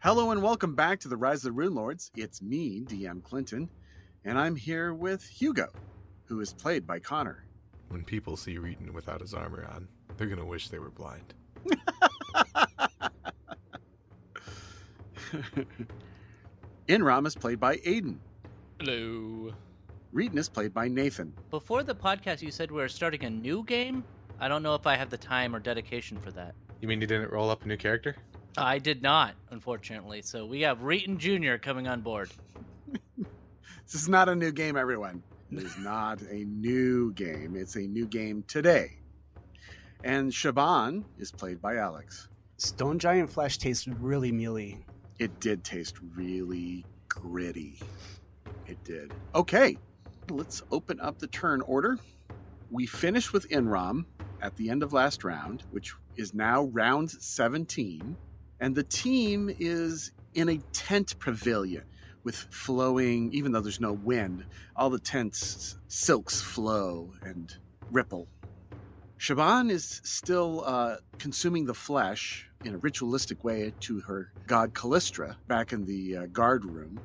Hello and welcome back to the Rise of the Rune Lords. It's me, DM Clinton, and I'm here with Hugo, who is played by Connor. When people see Reeton without his armor on, they're gonna wish they were blind. Inram is played by Aiden. Hello. Reeton is played by Nathan. Before the podcast, you said we are starting a new game. I don't know if I have the time or dedication for that. You mean you didn't roll up a new character? I did not, unfortunately. So we have Reeton Jr. coming on board. This is not a new game, everyone. It is not a new game. It's a new game today. And Shaban is played by Alex. Stone Giant Flesh tastes really mealy. It did taste really gritty. It did. Okay, let's open up the turn order. We finished with Inram at the end of last round, which is now round 17. And the team is in a tent pavilion with flowing, even though there's no wind, all the tent's silks flow and ripple. Shaban is still uh, consuming the flesh in a ritualistic way to her god Callistra back in the uh, guard room.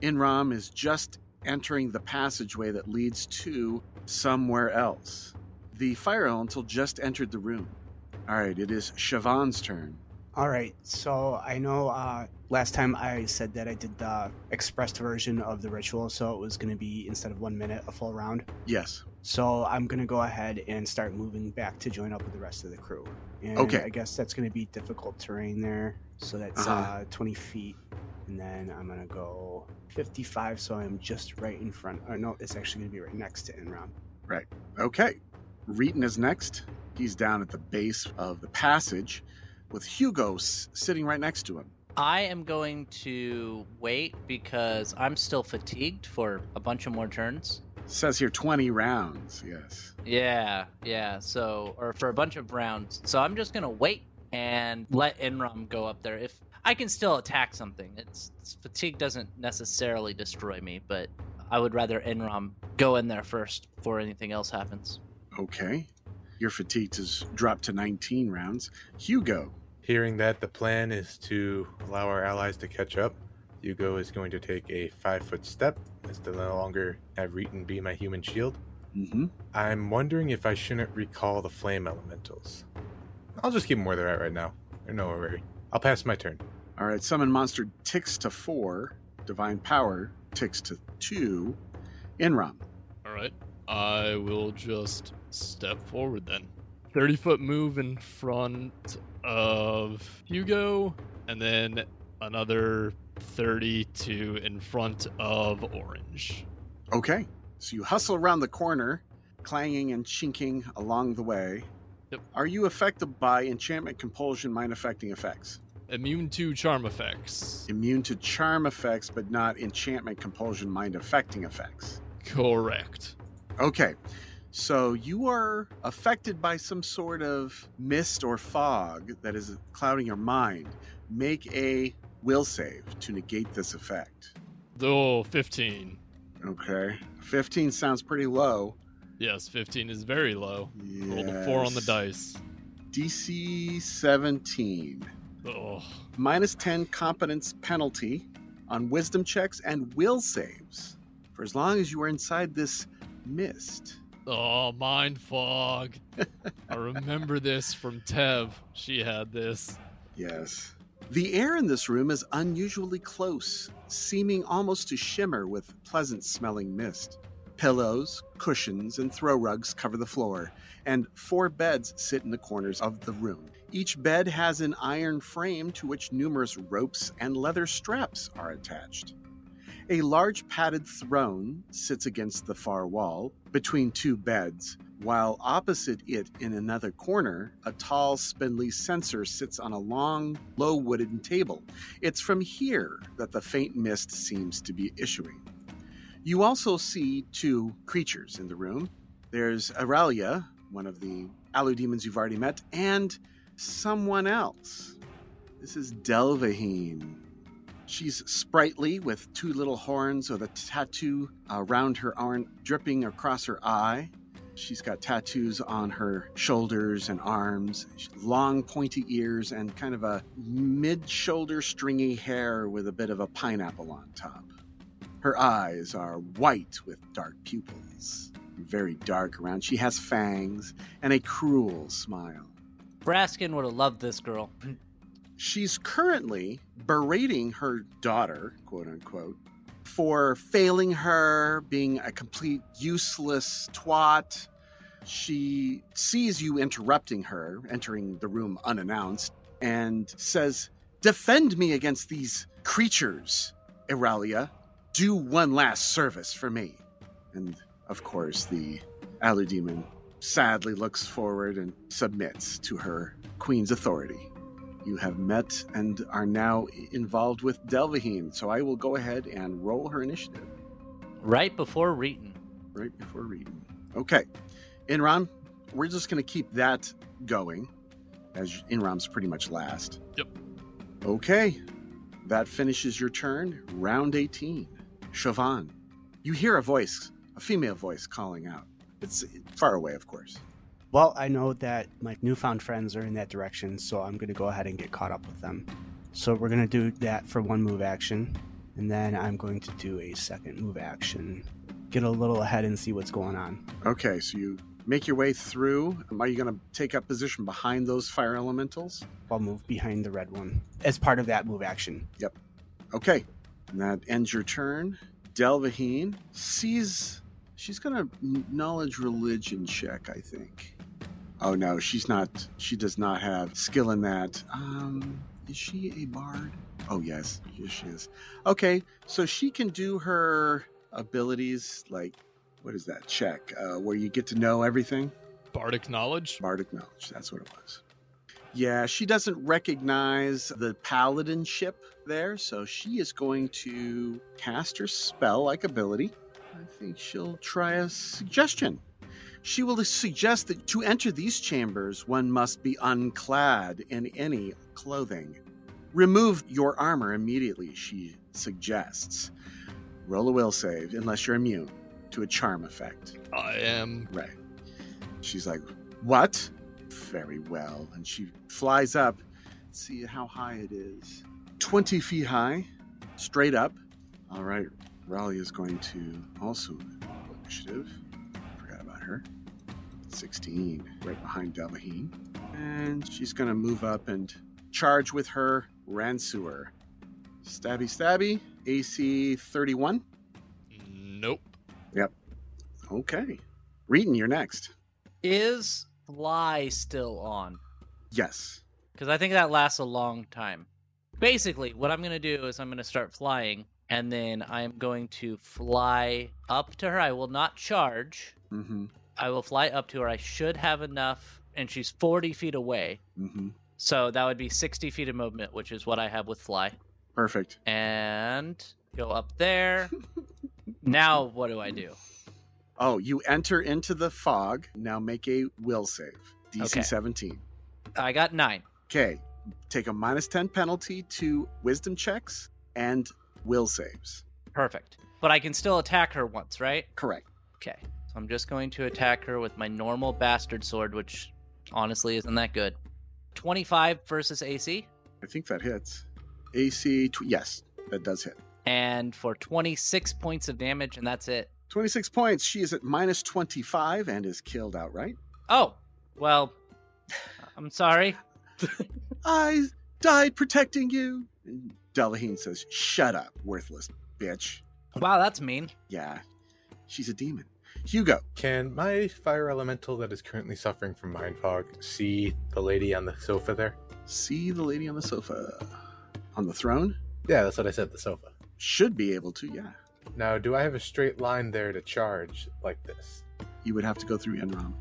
Inram is just entering the passageway that leads to somewhere else. The fire elemental just entered the room. All right, it is Shavan's turn. All right, so I know uh, last time I said that I did the expressed version of the ritual, so it was going to be instead of one minute, a full round. Yes. So I'm going to go ahead and start moving back to join up with the rest of the crew. And Okay. I guess that's going to be difficult terrain there. So that's Uh-huh. uh, 20 feet. And then I'm going to go 55, so I'm just right in front. Or no, it's actually going to be right next to Enram. Okay. Reeton is next. He's down at the base of the passage with Hugo s- sitting right next to him. I am going to wait because I'm still fatigued for a bunch of more turns. Says here 20 rounds. Yes. Yeah, yeah. So, or for a bunch of rounds. So I'm just gonna wait and let Enrom go up there. If I can still attack something, it's, it's fatigue doesn't necessarily destroy me, but I would rather Enrom go in there first before anything else happens. Okay. Your fatigue has dropped to 19 rounds. Hugo. Hearing that the plan is to allow our allies to catch up, Hugo is going to take a five foot step as to no longer have Reeton be my human shield. Mm-hmm. I'm wondering if I shouldn't recall the flame elementals. I'll just keep them where they're at right now. They're no worry. I'll pass my turn. All right. Summon monster ticks to four. Divine power ticks to two. Enram. All right. I will just step forward then. 30 foot move in front of Hugo, and then another 30 to in front of Orange. Okay. So you hustle around the corner, clanging and chinking along the way. Yep. Are you affected by enchantment, compulsion, mind affecting effects? Immune to charm effects. Immune to charm effects, but not enchantment, compulsion, mind affecting effects. Correct. Okay. So you are affected by some sort of mist or fog that is clouding your mind. Make a will save to negate this effect. Oh, 15. Okay. 15 sounds pretty low. Yes, 15 is very low. Rolled a 4 on the Yes. dice. DC 17. Oh, minus 10 competence penalty on wisdom checks and will saves for as long as you are inside this mist. oh mind fog. I remember this from Tev. She had this. Yes. The air in this room is unusually close, seeming almost to shimmer with pleasant smelling mist. Pillows, cushions, and throw rugs cover the floor, and four beds sit in the corners of the room. Each bed has an iron frame to which numerous ropes and leather straps are attached. A large padded throne sits against the far wall between two beds, while opposite it in another corner, a tall, spindly censer sits on a long, low wooden table. It's from here that the faint mist seems to be issuing. You also see two creatures in the room. There's Aralia, one of the Alu demons you've already met, and someone else. This is Delvaheen. She's sprightly with two little horns with a tattoo around her arm dripping across her eye. She's got tattoos on her shoulders and arms, long pointy ears, and kind of a mid shoulder stringy hair with a bit of a pineapple on top. Her eyes are white with dark pupils, very dark around. She has fangs and a cruel smile. Braskin would have loved this girl. She's currently berating her daughter, quote unquote, for failing her, being a complete useless twat. She sees you interrupting her, entering the room unannounced, and says, Defend me against these creatures, Iralia. Do one last service for me. And of course, the Alley Demon sadly looks forward and submits to her queen's authority. You have met and are now involved with Delvaheen, so I will go ahead and roll her initiative Right before Reeton. right before reading. Okay, Inram, we're just going to keep that going, as Inram's pretty much last. Yep. Okay, that finishes your turn. Round 18. Siobhan, you hear a voice, a female voice calling out. It's far away, of course. Well, I know that my newfound friends are in that direction, so I'm going to go ahead and get caught up with them. So we're going to do that for one move action, and then I'm going to do a second move action. Get a little ahead and see what's going on. Okay, so you make your way through. Are you going to take up position behind those fire elementals? I'll move behind the red one as part of that move action. Okay, and that ends your turn. Delvaheen sees she's gonna knowledge religion check, I think. Oh no, she's not. She does not have skill in that. Um, is she a bard? Oh yes, yes she is. Okay, so she can do her abilities like what is that check uh, where you get to know everything. Bardic knowledge. Bardic knowledge. That's what it was. Yeah, she doesn't recognize the paladinship there, so she is going to cast her spell like ability. I think she'll try a suggestion. She will suggest that to enter these chambers, one must be unclad in any clothing. Remove your armor immediately, she suggests. Roll a will save, unless you're immune to a charm effect. I am. Right. She's like, What? Very well. And she flies up. Let's see how high it is. 20 feet high, straight up. All right. Raleigh is going to also roll initiative. Forgot about her. 16, right behind Delmaheen. And she's going to move up and charge with her Ransuer. Stabby, stabby. AC 31. Nope. Okay. Reeton, you're next. Is Fly still on? Yes. Because I think that lasts a long time. Basically, what I'm going to do is I'm going to start flying, and then I'm going to fly up to her. I will not charge. Mm-hmm. I will fly up to her. I should have enough, and she's 40 feet away. Mm-hmm. So that would be 60 feet of movement, which is what I have with fly. Perfect. And go up there. now, what do I do? Oh, you enter into the fog. Now make a will save. DC Okay. 17. I got nine. Okay. Take a minus 10 penalty to wisdom checks and will saves. Perfect. But I can still attack her once, right? Correct. Okay. So I'm just going to attack her with my normal bastard sword, which honestly isn't that good. 25 versus AC, I think that hits. AC, tw- yes, that does hit. and for 26 points of damage, and that's it. 26 points. She is at minus 25 and is killed outright. Oh, well, I'm sorry. I died protecting you. And Delaheen says, Shut up, worthless bitch. Wow, that's mean. Yeah, she's a demon. Hugo, Can my fire elemental that is currently suffering from mind fog see the lady on the sofa there? see the lady on the sofa. On the throne? Yeah, that's what I said, the sofa. Should be able to, yeah. Now, do I have a straight line there to charge like this? You would have to go through Enrom.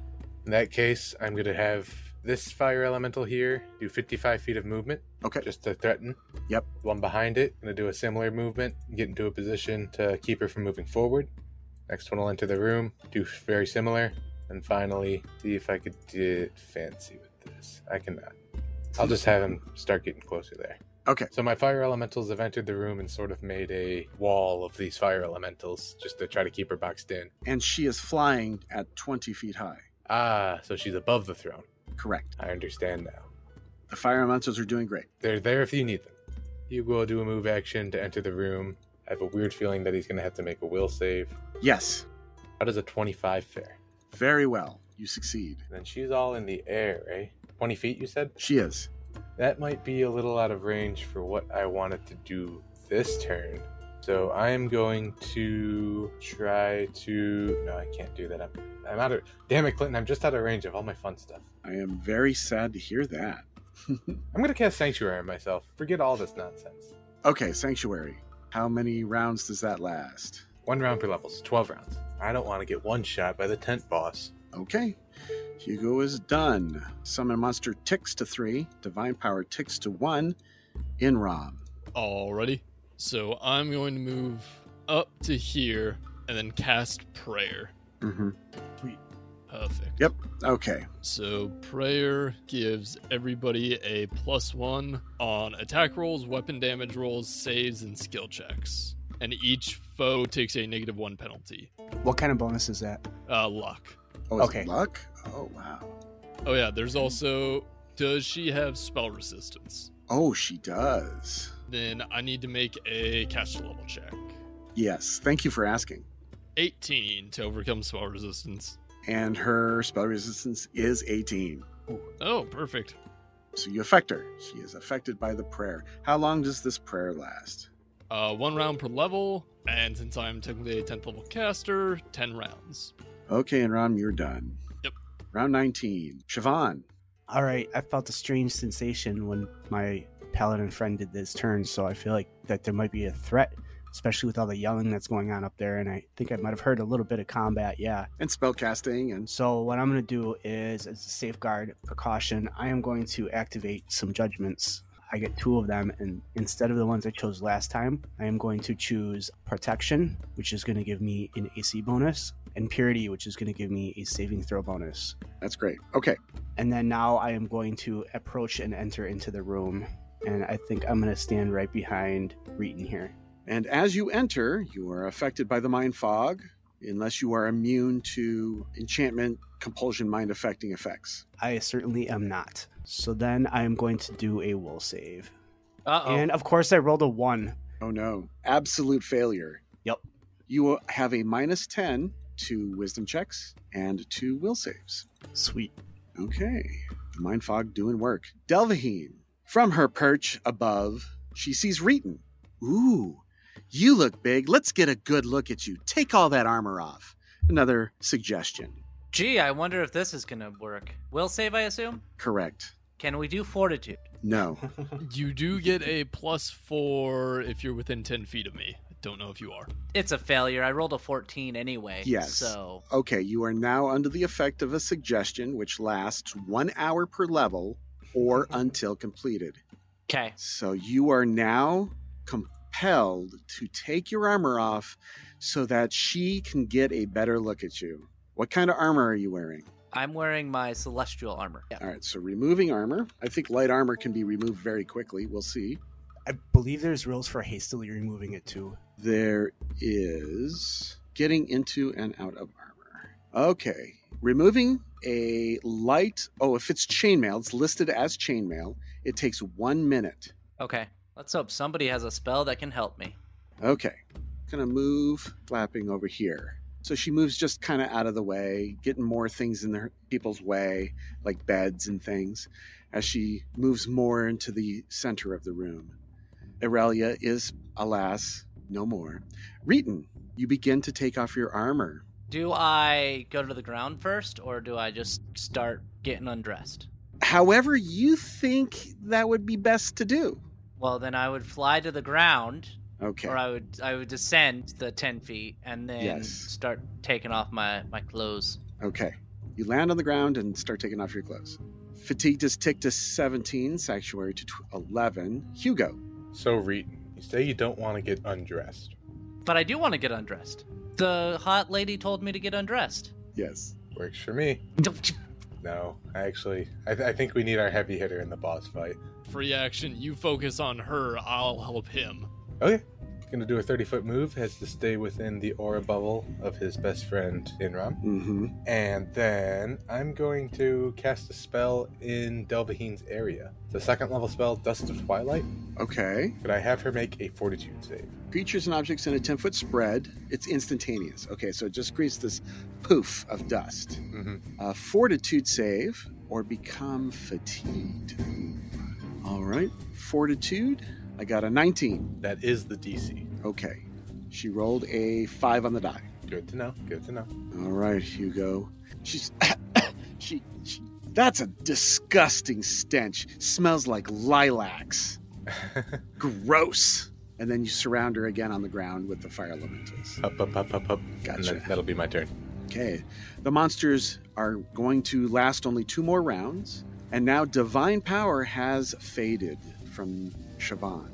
In that case, I'm going to have this fire elemental here do 55 feet of movement Okay. just to threaten. Yep. One behind it, going to do a similar movement, get into a position to keep her from moving forward. Next one will enter the room, do very similar. And finally, see if I could get fancy with this. I cannot. I'll just have him start getting closer there. Okay. So my fire elementals have entered the room and sort of made a wall of these fire elementals just to try to keep her boxed in. And she is flying at 20 feet high. Ah, so she's above the throne. Correct. I understand now. The fire elementals are doing great. They're there if you need them. You will do a move action to enter the room. I have a weird feeling that he's going to have to make a will save. Yes. How does a 25 fare? Very well. You succeed. And then she's all in the air, eh? 20 feet, you said? She is. That might be a little out of range for what I wanted to do this turn. So I am going to try to. No, I can't do that. I'm, I'm out of. Damn it, Clinton! I'm just out of range of all my fun stuff. I am very sad to hear that. I'm gonna cast Sanctuary on myself. Forget all this nonsense. okay, sanctuary. How many rounds does that last? One round per level, so 12 rounds. I don't want to get one shot by the tent boss. Okay. Hugo is done. Summon monster ticks to three. Divine power ticks to one. Inram. Alrighty. So I'm going to move up to here and then cast prayer. Mm-hmm. Perfect. Yep. Okay. So prayer gives everybody a plus one on attack rolls, weapon damage rolls, saves, and skill checks. And each foe takes a negative one penalty. What kind of bonus is that? Uh, luck. Oh, is Okay. it luck? Oh, wow. Oh yeah, there's also does she have spell resistance? Oh, she does. Then I need to make a caster level check. Yes. Thank you for asking. 18 to overcome spell resistance. And her spell resistance is 18. Oh, perfect. So you affect her. She is affected by the prayer. How long does this prayer last? Uh, one round per level, and since I'm technically a 10th level caster, 10 rounds. Okay, Inram, you're done. Yep. Round 19. Siobhan. All right, I felt a strange sensation when my paladin friend did this turn, so I feel like that there might be a threat, especially with all the yelling that's going on up there. And I think I might have heard a little bit of combat, yeah. And spellcasting and So, what I'm going to do is, as a safeguard precaution, I am going to activate some judgments. I get two of them, and instead of the ones I chose last time, I am going to choose Protection, which is going to give me an AC bonus, and Purity, which is going to give me a saving throw bonus. that's great. Okay. And then now I am going to approach and enter into the room. And I think I'm going to stand right behind Reeton here. And as you enter, you are affected by the mind fog, unless you are immune to enchantment, compulsion, mind affecting effects. I certainly am not. So then I am going to do a will save. Uh oh. And of course, I rolled a one. Oh no. Absolute failure. Yep. You will have a minus 10 to wisdom checks and two will saves. Sweet. Okay. The mind fog doing work. Delvaheen. From her perch above, she sees Reeton. Ooh, you look big. Let's get a good look at you. Take all that armor off. Another suggestion. Gee, I wonder if this is gonna work. Will save, I assume. Correct. Can we do fortitude? No. You do get a plus four if you're within 10 feet of me. I don't know if you are. It's a failure. I rolled a 14 anyway. Yes. So Okay, you are now under the effect of a suggestion which lasts one hour per level or until completed. okay. So you are now compelled to take your armor off so that she can get a better look at you. What kind of armor are you wearing? I'm wearing my celestial armor. Yeah. All right, so removing armor. I think light armor can be removed very quickly. We'll see. I believe there's rules for hastily removing it too. There is getting into and out of armor. Okay. Removing a light. Oh, if it's chainmail, it's listed as chainmail. It takes one minute. Okay. Let's hope somebody has a spell that can help me. Okay. Gonna move flapping over here. So she moves just kind of out of the way, getting more things in their people's way, like beds and things, as she moves more into the center of the room. Irelia is, alas, no more. Reeton, you begin to take off your armor. Do I go to the ground first, or do I just start getting undressed? However, you think that would be best to do. Well, then I would fly to the ground, Okay. or I would I would descend the 10 feet and then Yes. start taking off my my clothes. Okay. You land on the ground and start taking off your clothes. Fatigue does tick to 17, Sanctuary to tw- 11. Hugo. So, Reeton, you say you don't want to get undressed. But I do want to get undressed. The hot lady told me to get undressed. Yes. Works for me. No, I actually, I, th- I think we need our heavy hitter in the boss fight. Free action. You focus on her. I'll help him. Okay. Gonna do a 30 foot move, has to stay within the aura bubble of his best friend, Inram. Mm-hmm. And then I'm going to cast a spell in Delvahin's area. It's a second level spell, Dust of Twilight. Okay. Could I have her make a fortitude save? Creatures and objects in a 10 foot spread. It's instantaneous. Okay, so it just creates this poof of dust. Mm-hmm. uh, fortitude save or become fatigued. All right, fortitude. I got a 19. That is the DC. Okay. She rolled a 5 on the die. Good to know. Good to know. All right, Hugo. She's she, she that's a disgusting stench. Smells like lilacs. Gross. And then you surround her again on the ground with the fire elementals. up, up, up, up, up. And Gotcha. then that'll be my turn. Okay. The monsters are going to last only two more rounds. And now divine power has faded from Siobhan.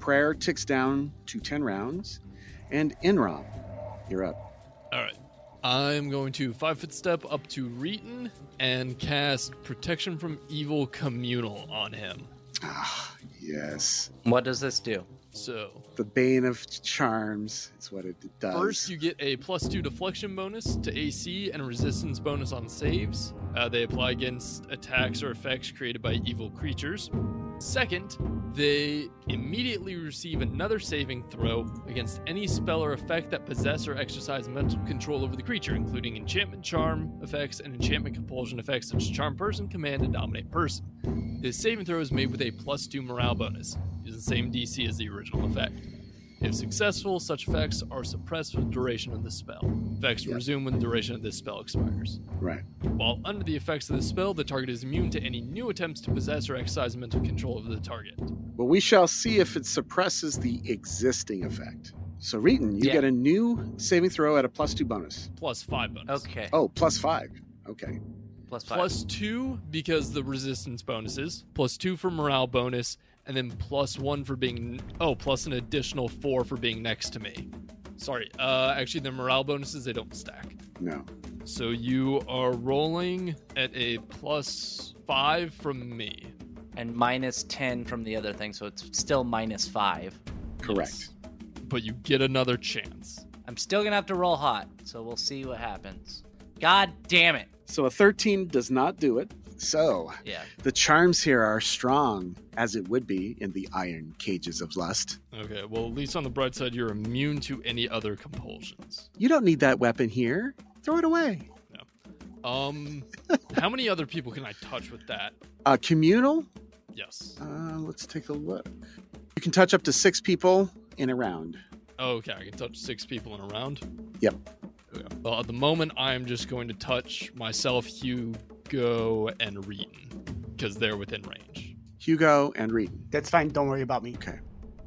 Prayer ticks down to 10 rounds. And Inram, you're up. All right. I'm going to five foot step up to Reeton and cast Protection from Evil Communal on him. Ah, yes. What does this do? So, The Bane of Charms is what it does. first, you get a plus two deflection bonus to AC and a resistance bonus on saves. Uh, they apply against attacks or effects created by evil creatures. Second, they immediately receive another saving throw against any spell or effect that possess or exercise mental control over the creature, including enchantment charm effects and enchantment compulsion effects such as charm person, command, and dominate person. The saving throw is made with a plus two morale bonus, using the same DC as the original effect. If successful, such effects are suppressed for the duration of the spell. Effects Yeah. resume when the duration of this spell expires. Right. While under the effects of the spell, the target is immune to any new attempts to possess or exercise mental control over the target. Well, we shall see if it suppresses the existing effect. So, Reeton, you Yeah. get a new saving throw at a plus two bonus. Plus five bonus. Okay, Oh, plus five. Okay. plus five. Plus two because the resistance bonuses, plus two for morale bonus, and then plus one for being oh, plus an additional four for being next to me. Sorry, uh, actually the morale bonuses they don't stack. No. So you are rolling at a plus five from me. and minus 10 from the other thing, so it's still minus 5. Correct. Yes. But you get another chance. I'm still gonna have to roll hot, so we'll see what happens. God damn it! So a 13 does not do it. So Yeah. the charms here are strong, as it would be in the iron cages of lust. Okay, well, at least on the bright side, you're immune to any other compulsions. You don't need that weapon here. Throw it away. Um, how many other people can I touch with that? Uh, communal? Yes. Uh, let's take a look. You can touch up to six people in a round. Okay, I can touch six people in a round. Yep. Okay. Well, at the moment, I'm just going to touch myself, Hugo, and Reeton because they're within range. Hugo and Reed. That's fine. Don't worry about me.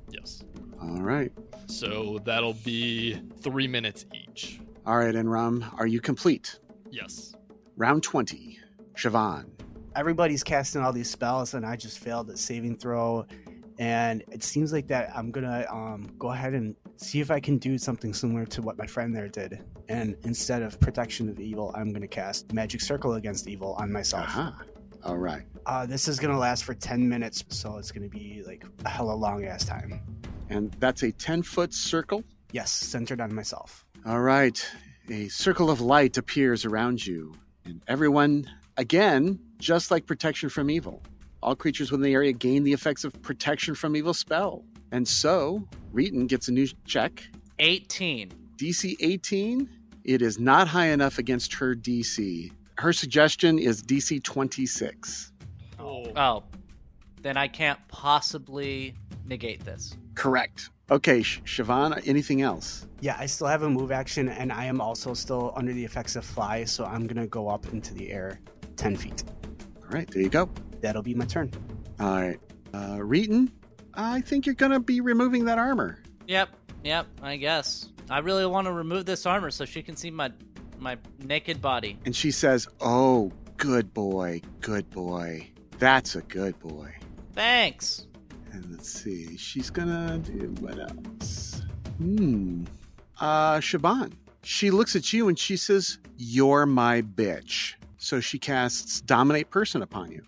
Yes. All right. So that'll be three minutes each. All right, Enram, are you complete? Yes. Round 20. Siobhan. Everybody's casting all these spells, and I just failed at saving throw. And it seems like that I'm gonna um, go ahead and see if I can do something similar to what my friend there did. And instead of protection of evil, I'm gonna cast magic circle against evil on myself. Aha. All right. Uh, this is gonna last for ten minutes, so it's gonna be like a hella long ass time. And that's a 10 foot circle. Yes, centered on myself. All right. A circle of light appears around you, and everyone, again, just like protection from evil. All creatures within the area gain the effects of protection from evil spell. And so, Reeton gets a new check. 18. DC 18, it is not high enough against her DC. Her suggestion is DC 26. Oh. Oh, then I can't possibly negate this. Correct. Okay, Sh- Siobhan, anything else? Yeah, I still have a move action, and I am also still under the effects of fly, so I'm gonna go up into the air ten feet. All right, there you go. That'll be my turn. All right. Uh, Reeton, I think you're going to be removing that armor. Yep, yep, I guess. I really want to remove this armor so she can see my my naked body. And she says, Oh, good boy, good boy. That's a good boy. Thanks. And let's see, she's gonna do what else? Hmm. Uh, Shaban. She looks at you and she says, You're my bitch. So she casts Dominate Person upon you.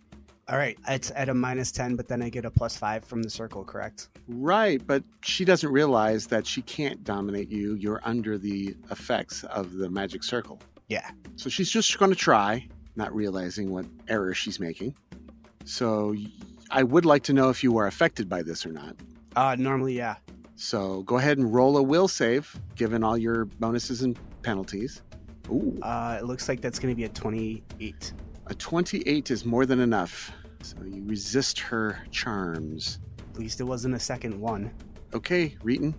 All right, it's at a minus 10, but then I get a plus 5 from the circle, correct? Right, but she doesn't realize that she can't dominate you. You're under the effects of the magic circle. Yeah. So she's just going to try, not realizing what error she's making. So y- I would like to know if you were affected by this or not. Uh, normally, yeah. So go ahead and roll a will save, given all your bonuses and penalties. Ooh, Uh, it looks like that's going to be a 28. a 28 is more than enough. So you resist her charms. At least it wasn't a second one. Okay, Reeton.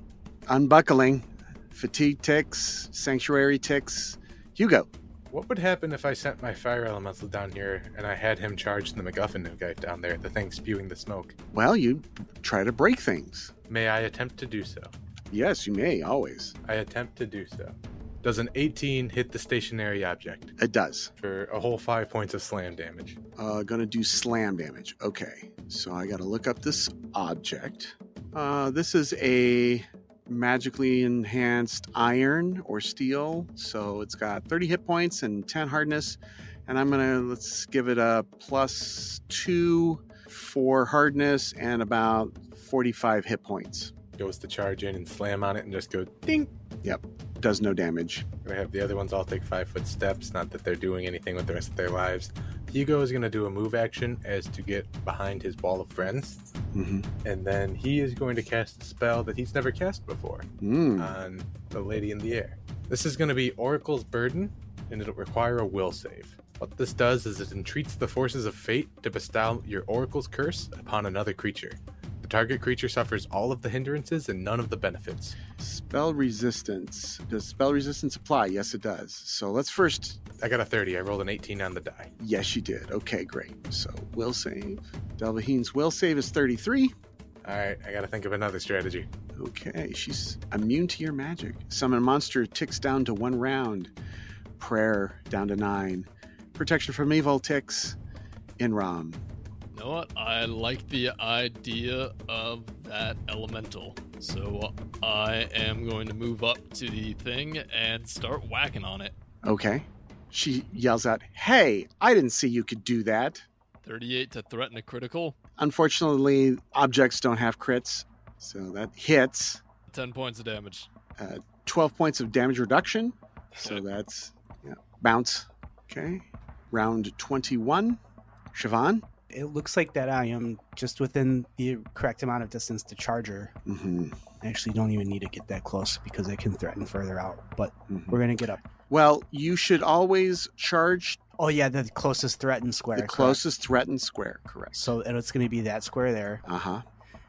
Unbuckling. Fatigue ticks, sanctuary ticks. Hugo. What would happen if I sent my fire elemental down here and I had him charge the MacGuffin guy down there, the thing spewing the smoke? Well, you try to break things. May I attempt to do so? Yes, you may, always. I attempt to do so. Does an 18 hit the stationary object It does. for a whole five points of slam damage? Uh, gonna do slam damage. Okay, so I gotta look up this object. Uh, this is a magically enhanced iron or steel, so it's got 30 hit points and 10 hardness. And I'm gonna let's give it a plus two for hardness and about 45 hit points. Goes to charge in and slam on it and just go ding. Does no damage. Gonna have the other ones all take five foot steps. Not that they're doing anything with the rest of their lives. Hugo is gonna do a move action as to get behind his ball of friends, Mm-hmm. and then he is going to cast a spell that he's never cast before. Hmm. on the lady in the air. This is going to be Oracle's Burden, and it'll require a will save. What this does is it entreats the forces of fate to bestow your Oracle's curse upon another creature. The target creature suffers all of the hindrances and none of the benefits. Spell resistance. Does spell resistance apply? Yes, it does. So let's first. I got a 30. I rolled an 18 on the die. Yes, you did. Okay, great. So will save. Delvaheen's will save is 33. All right, I got to think of another strategy. Okay, she's immune to your magic. Summon monster ticks down to one round. Prayer down to nine. Protection from evil ticks. Inram. You know what? I like the idea of that elemental. So uh, I am going to move up to the thing and start whacking on it. Okay. She yells out, Hey, I didn't see you could do that. 38 to threaten a critical. Unfortunately, objects don't have crits, so that hits. 10 points of damage. 12 points of damage reduction. So Shit. that's yeah, bounce. Okay. Round 21. Siobhan. It looks like that I am just within the correct amount of distance to Charger. Mm-hmm. I actually don't even need to get that close because I can threaten further out, but we're going to get up. Mm-hmm. Well, you should always charge Oh, yeah, the closest threatened square. the correct. closest threatened square. Correct. So it's going to be that square there. Uh huh.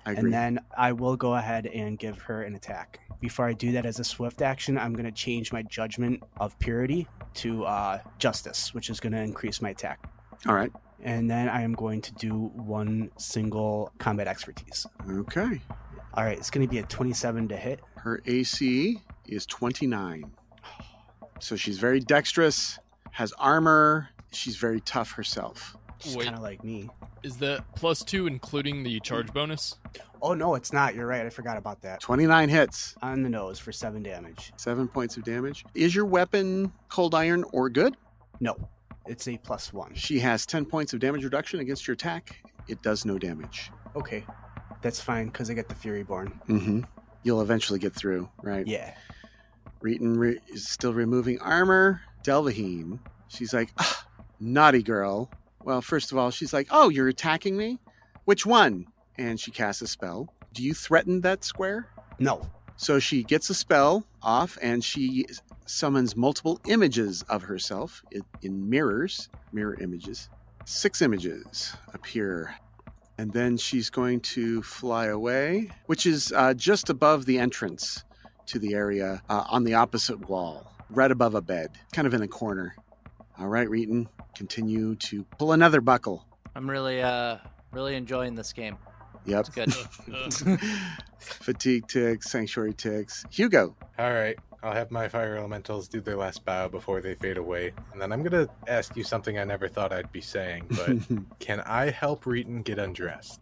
I agree. And then I will go ahead and give her an attack. Before I do that as a swift action, I'm going to change my judgment of purity to uh, justice, which is going to increase my attack. All right. And then I am going to do one single combat expertise. Okay. All right, it's going to be a 27 to hit. Her AC is 29. So she's very dexterous, has armor. She's very tough herself. She's Wait. kind of like me. Is that plus two including the charge bonus? Oh, no, it's not. You're right. I forgot about that. 29 hits, On the nose for seven damage. seven points of damage. Is your weapon cold iron or good? No, it's a plus one. She has 10 points of damage reduction against your attack. It does no damage. Okay, that's fine because I get the Fury Born. Mm-hmm. You'll eventually get through, right? Yeah. Reeton re- is still removing armor. Delvaheen, she's like, "Ah, naughty girl. Well, first of all, she's like, oh, you're attacking me? Which one? And she casts a spell. Do you threaten that square? No. So she gets a spell off and she summons multiple images of herself in, in mirrors, mirror images. Six images appear. And then she's going to fly away, which is uh, just above the entrance to the area uh, on the opposite wall, right above a bed, kind of in a corner. All right, Reeton, continue to pull another buckle. I'm really uh really enjoying this game. Yep. It's good. Uh, Fatigue ticks, sanctuary ticks. Hugo. All right, I'll have my fire elementals do their last bow before they fade away. And then I'm going to ask you something I never thought I'd be saying, but can I help Reeton get undressed?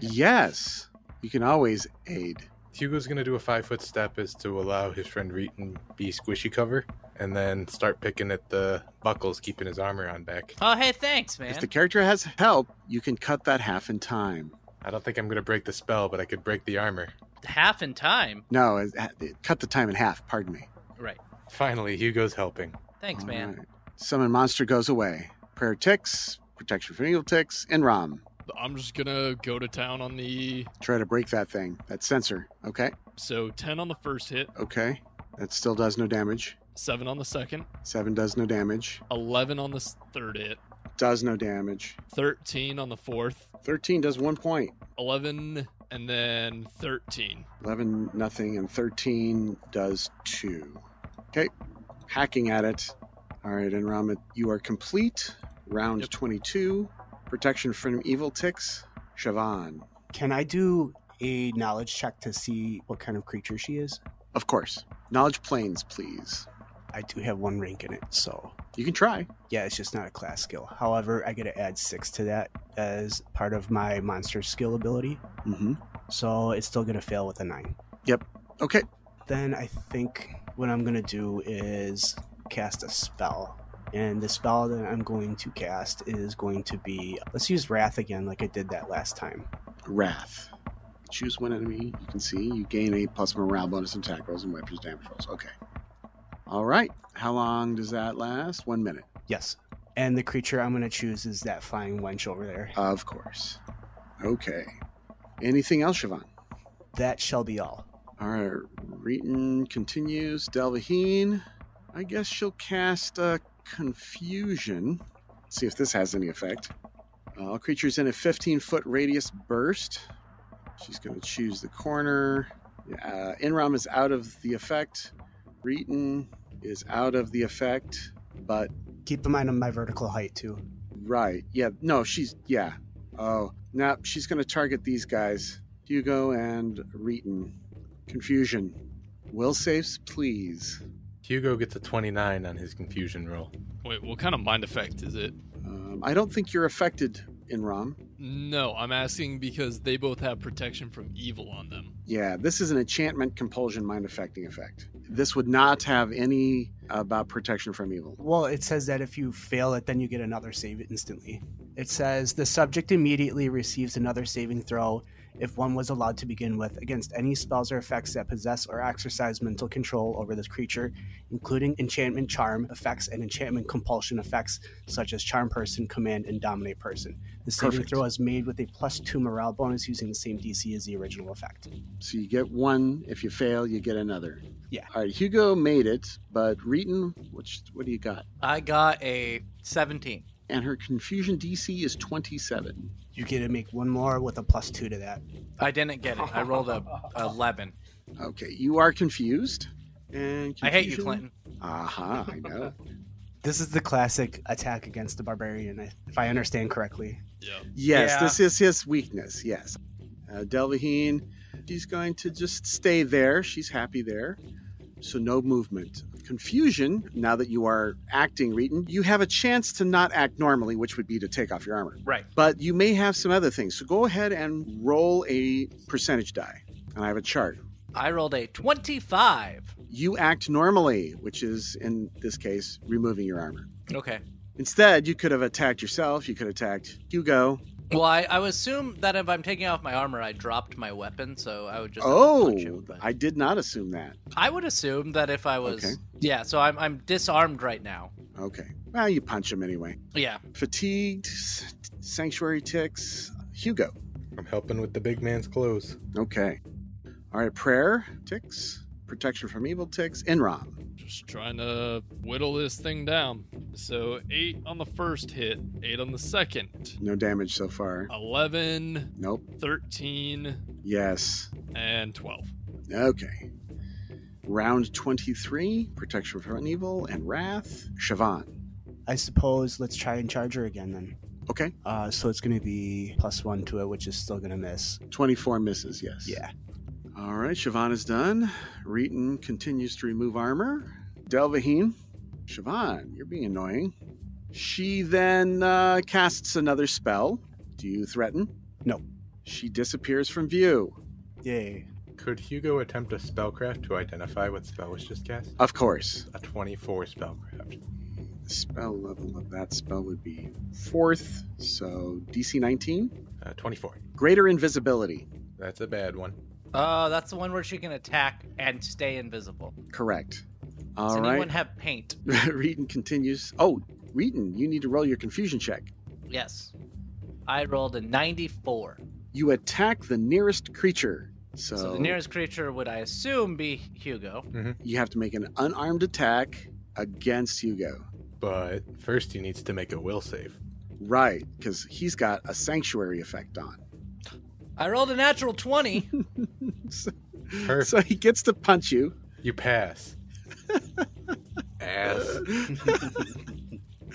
Yes, you can always aid. Hugo's gonna do a five foot step is to allow his friend Reeton be squishy cover, and then start picking at the buckles, keeping his armor on back. Oh, hey, thanks, man. If the character has help, you can cut that half in time. I don't think I'm gonna break the spell, but I could break the armor. Half in time. No, it- it- cut the time in half. Pardon me. Right. Finally, Hugo's helping. Thanks, All man. right. Summon monster goes away. Prayer ticks. Protection from evil ticks. Enrom. I'm just gonna go to town on the Try to break that thing. That sensor. Okay. so ten on the first hit, Okay. That still does no damage. seven on the second, Seven does no damage. eleven on the s- third hit, Does no damage. thirteen on the fourth, Thirteen does one point. eleven, and then thirteen. Eleven nothing and thirteen does two. Okay. Hacking at it. All right, Enrom, you are complete. Round Yep. twenty-two. Protection from evil ticks. Siobhan. Can I do a knowledge check to see what kind of creature she is? Of course. Knowledge planes, please. I do have one rank in it, so You can try. yeah, it's just not a class skill. However, I get to add six to that as part of my monster skill ability, Mm-hmm. so it's still gonna fail with a nine. Okay. Then I think what I'm gonna do is cast a spell. And the spell that I'm going to cast is going to be let's use Wrath again, like I did that last time. Wrath. Choose one enemy you can see. You gain a plus morale bonus and attack rolls and weapons damage rolls. Okay. All right. How long does that last? One minute. Yes. And the creature I'm going to choose is that flying wench over there. Of course. Okay. Anything else, Siobhan? That shall be all. All right. Reeton continues. Delvaheen. I guess she'll cast uh, Confusion. See if this has any effect. Uh, All creatures in a 15 foot radius burst. She's going to choose the corner. Uh, Enram is out of the effect. Reeton is out of the effect. But, Keep in mind on my vertical height too. right. Yeah. No, she's. Yeah. Oh. Now she's going to target these guys Hugo and Reeton. Confusion. Will saves, please. Hugo gets a 29 on his confusion roll. Wait, what kind of mind effect is it? Um, I don't think you're affected, Enram. No, I'm asking because they both have protection from evil on them. Yeah, this is an enchantment compulsion mind affecting effect. This would not have any about protection from evil. Well, it says that if you fail it, then you get another save instantly. It says the subject immediately receives another saving throw if one was allowed to begin with against any spells or effects that possess or exercise mental control over this creature, including enchantment charm effects and enchantment compulsion effects such as charm person, command, and dominate person. The saving Perfect. throw is made with a plus two morale bonus using the same DC as the original effect. So you get one. If you fail, you get another. Yeah. All right, Hugo made it, but Reeton, which, what do you got? I got a 17. And her confusion DC is 27. You get to make one more with a plus two to that. I didn't get it. I rolled a 11. Okay, you are confused. And I hate you, confusion- Clinton. Aha, I know. This is the classic attack against the barbarian, I- if I understand correctly. Yeah. Yes, Yeah. this is his weakness. Yes. Uh, Delvaheen, she's going to just stay there. She's happy there. So no movement. Confusion, now that you are acting, Reeton, you have a chance to not act normally, which would be to take off your armor. Right. But you may have some other things. So go ahead and roll a percentage die. And I have a chart. I rolled a 25. You act normally, which is, in this case, removing your armor. Okay. Instead, you could have attacked yourself. You could have attacked Hugo. Well, I, I would assume that if I'm taking off my armor, I dropped my weapon, so I would just have to Oh, punch him, but- I did not assume that. I would assume that if I was Okay. yeah, so I'm I'm disarmed right now. Okay. Well, you punch him anyway. Yeah, Fatigued, s- sanctuary ticks, Hugo. I'm helping with the big man's clothes. Okay. All right, prayer ticks, protection from evil ticks, Enrom. Just trying to whittle this thing down. So eight on the first hit, eight on the second, No damage so far. 11, Nope. 13, Yes. and 12. Okay. Round 23, protection from evil and wrath, Siobhan. I suppose let's try and charge her again then. Okay. Uh, so it's going to be plus one to it, which is still going to miss. 24 misses, yes. Yeah. All right, Siobhan is done. Reeton continues to remove armor. Delvaheen, Siobhan, you're being annoying. She then uh, casts another spell. Do you threaten? No. She disappears from view. Yay. Could Hugo attempt a spellcraft to identify what spell was just cast? Of course. A 24 spellcraft. The spell level of that spell would be fourth, so DC 19. Uh, 24. Greater invisibility. That's a bad one. Oh, that's the one where she can attack and stay invisible. Correct. Does All anyone right. have paint? Reading continues. Oh, Reading, you need to roll your confusion check. Yes. I rolled a 94. You attack the nearest creature. So, So the nearest creature would, I assume, be Hugo. you have to make an unarmed attack against Hugo. But first, he needs to make a will save. Right, because he's got a sanctuary effect on. I rolled a natural 20. Perfect. So he gets to punch you. You pass. Ass.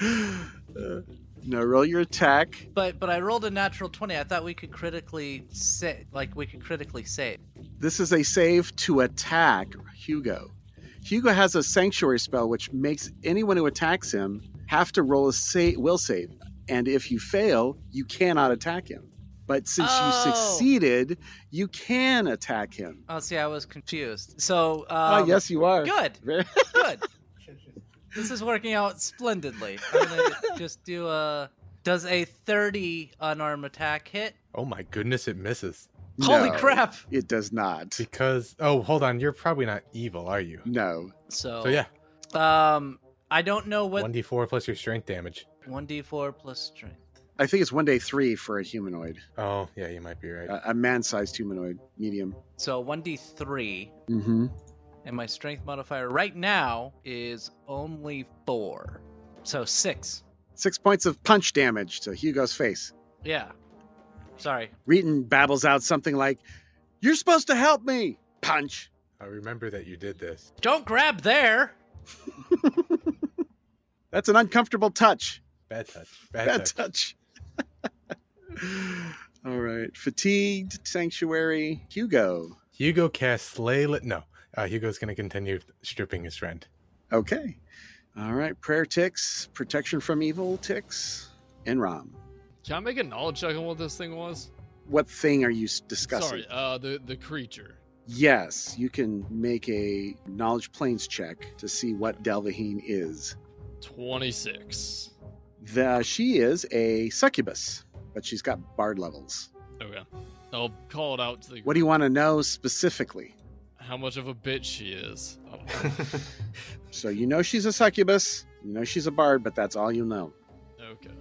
Uh, no, roll your attack. But but I rolled a natural twenty. I thought we could critically say like we could critically save. This is a save to attack Hugo. Hugo has a sanctuary spell which makes anyone who attacks him have to roll a sa- will save. And if you fail, you cannot attack him. But since Oh. you succeeded, you can attack him. Oh, see, I was confused. So um, Ah, yes, you are. good, Very- good. this is working out splendidly. I'm gonna just do a does a thirty unarmed attack hit? Oh my goodness, it misses. Holy No, crap! It does not. Because, oh, hold on. You're probably not evil, are you? No. So, So, yeah, um, I don't know what 1d4 plus your strength damage. one d four plus strength. I think it's one day three for a humanoid, Oh, yeah, you might be right. a, a man sized humanoid, medium. So one d three, Mm-hmm. and my strength modifier right now is only four. So six. Six points of punch damage to Hugo's face. Yeah. Sorry. Reeton babbles out something like, You're supposed to help me! Punch! I remember that you did this. Don't grab there. That's an uncomfortable touch. Bad touch. Bad, Bad touch. touch. All right. Fatigued, sanctuary, Hugo. Hugo casts Slay. Li- no, uh, Hugo's going to continue stripping his friend. Okay. All right. Prayer ticks, protection from evil ticks, and Rom. Can I make a knowledge check on what this thing was? What thing are you s- discussing? Sorry, uh, the the creature. Yes, you can make a knowledge planes check to see what Delvaheen is. Twenty six. The, she is a succubus, but she's got bard levels. Okay, I'll call it out to the. What do you want to know specifically? How much of a bitch she is? Oh, So you know she's a succubus, you know she's a bard, but that's all you know. okay,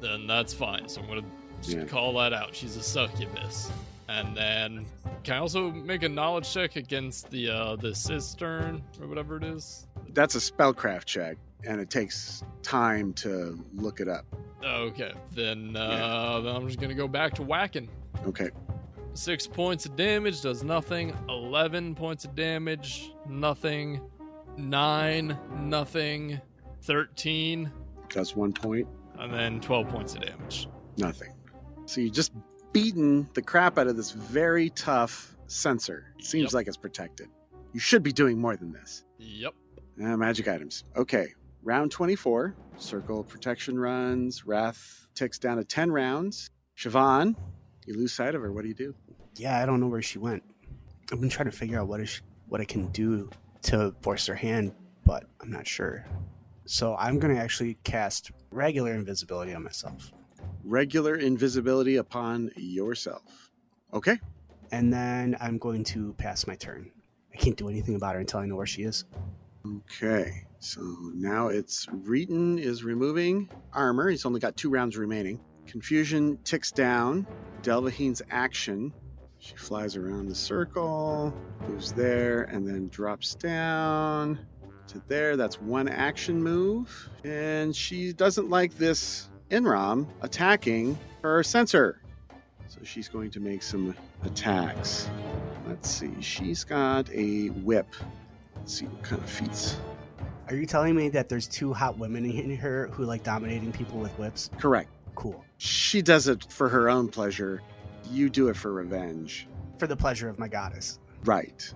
then that's fine. So I'm gonna just Yeah. call that out. She's a succubus. And then can I also make a knowledge check against the uh, the cistern or whatever it is? That's a spellcraft check, and it takes time to look it up. Okay, then uh, then I'm just gonna go back to whacking. Okay. Six points of damage does nothing. Eleven points of damage, nothing. Nine, nothing. Thirteen, That's one point, and then twelve points of damage. nothing. So you just beaten the crap out of this very tough sensor. Seems Yep. like it's protected. You should be doing more than this. Yep. Uh, magic items. Okay. Round 24. Circle of protection runs. Wrath ticks down to 10 rounds. Siobhan, you lose sight of her. What do you do? Yeah, I don't know where she went. I've been trying to figure out what is what I can do to force her hand, but I'm not sure. So I'm gonna actually cast regular invisibility on myself, Regular invisibility upon yourself. Okay. and then I'm going to pass my turn. I can't do anything about her until I know where she is. Okay. So now it's Reeton is removing armor. He's only got two rounds remaining. Confusion ticks down. Delvaheen's action. She flies around the circle, moves there, and then drops down to there. That's one action move. And she doesn't like this Enrom attacking her sensor. So she's going to make some attacks. Let's see. She's got a whip. Let's see what kind of feats. Are you telling me that there's two hot women in here who like dominating people with whips? Correct. Cool. She does it for her own pleasure. You do it for revenge. For the pleasure of my goddess. Right.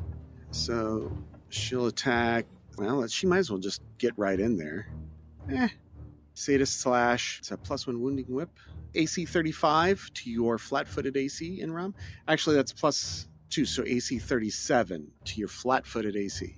So she'll attack. Well, she might as well just get right in there. Eh. Sadist slash. It's a plus one wounding whip. AC 35 to your flat footed AC in ROM. Actually, that's plus two, so AC 37 to your flat footed AC.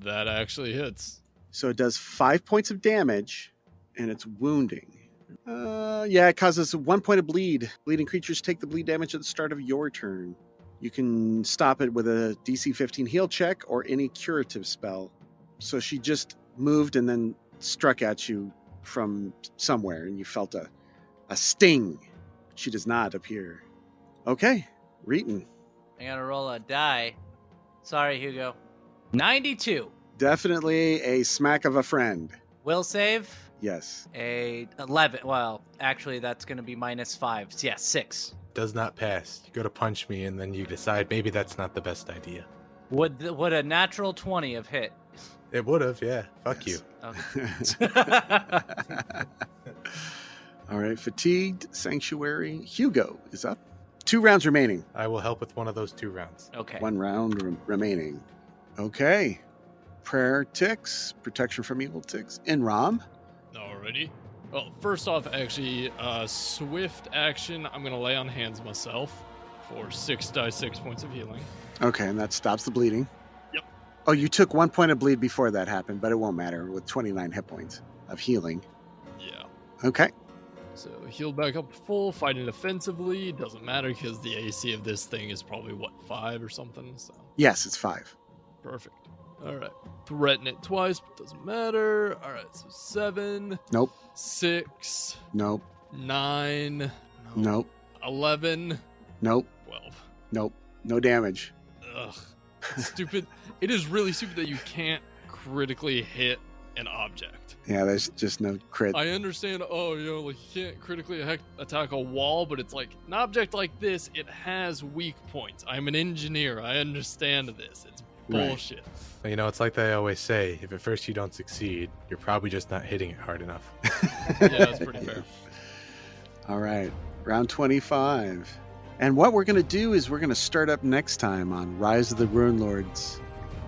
That actually hits. So it does five points of damage and it's wounding. Uh, yeah, it causes one point of bleed. Bleeding creatures take the bleed damage at the start of your turn. You can stop it with a DC 15 heal check or any curative spell. So she just moved and then struck at you from somewhere, and you felt a, a sting. She does not appear. Okay, Reeton. I gotta roll a die. Sorry, Hugo. 92. Definitely a smack of a friend. Will save. Yes. A 11. Well, actually, that's gonna be minus five. Yeah, six. Does not pass. You go to punch me, and then you decide maybe that's not the best idea. Would th- would a natural 20 have hit? Oh. It would have, yeah. Fuck Yes. Okay. All right, fatigued sanctuary. Hugo is up. Two rounds remaining. you. I will help with one of those two rounds. Okay. One round re- remaining. Okay. Prayer ticks. Protection from evil ticks. Enram. Alrighty. Well, first off, actually, uh, swift action. I'm gonna lay on hands myself for six die six points of healing. Okay, and that stops the bleeding. Yep. Oh, you took one point of bleed before that happened, but it won't matter with 29 hit points of healing. Yeah. Okay. So healed back up to full, fighting defensively. Doesn't matter because the AC of this thing is probably what five or something. So Yes, it's five. perfect. All right. Threaten it twice, but doesn't matter. All right. So seven. Nope. Six. Nope. Nine. Nope. Eleven. Nope. Twelve. Nope. No damage. Ugh. Stupid. it is really stupid that you can't critically hit an object. Yeah, there's just no crit. I understand, oh, you know, like you can't critically hack- attack a wall, but it's like an object like this, it has weak points. I'm an engineer. I understand this. It's Right. bullshit. But, you know, it's like they always say if at first you don't succeed, you're probably just not hitting it hard enough. Yeah, that's pretty fair. All right, round 25. And what we're going to do is we're going to start up next time on Rise of the Rune Lords.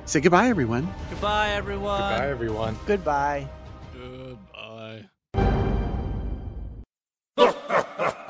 Say goodbye, everyone. Goodbye, everyone. Goodbye, everyone. Goodbye. Goodbye.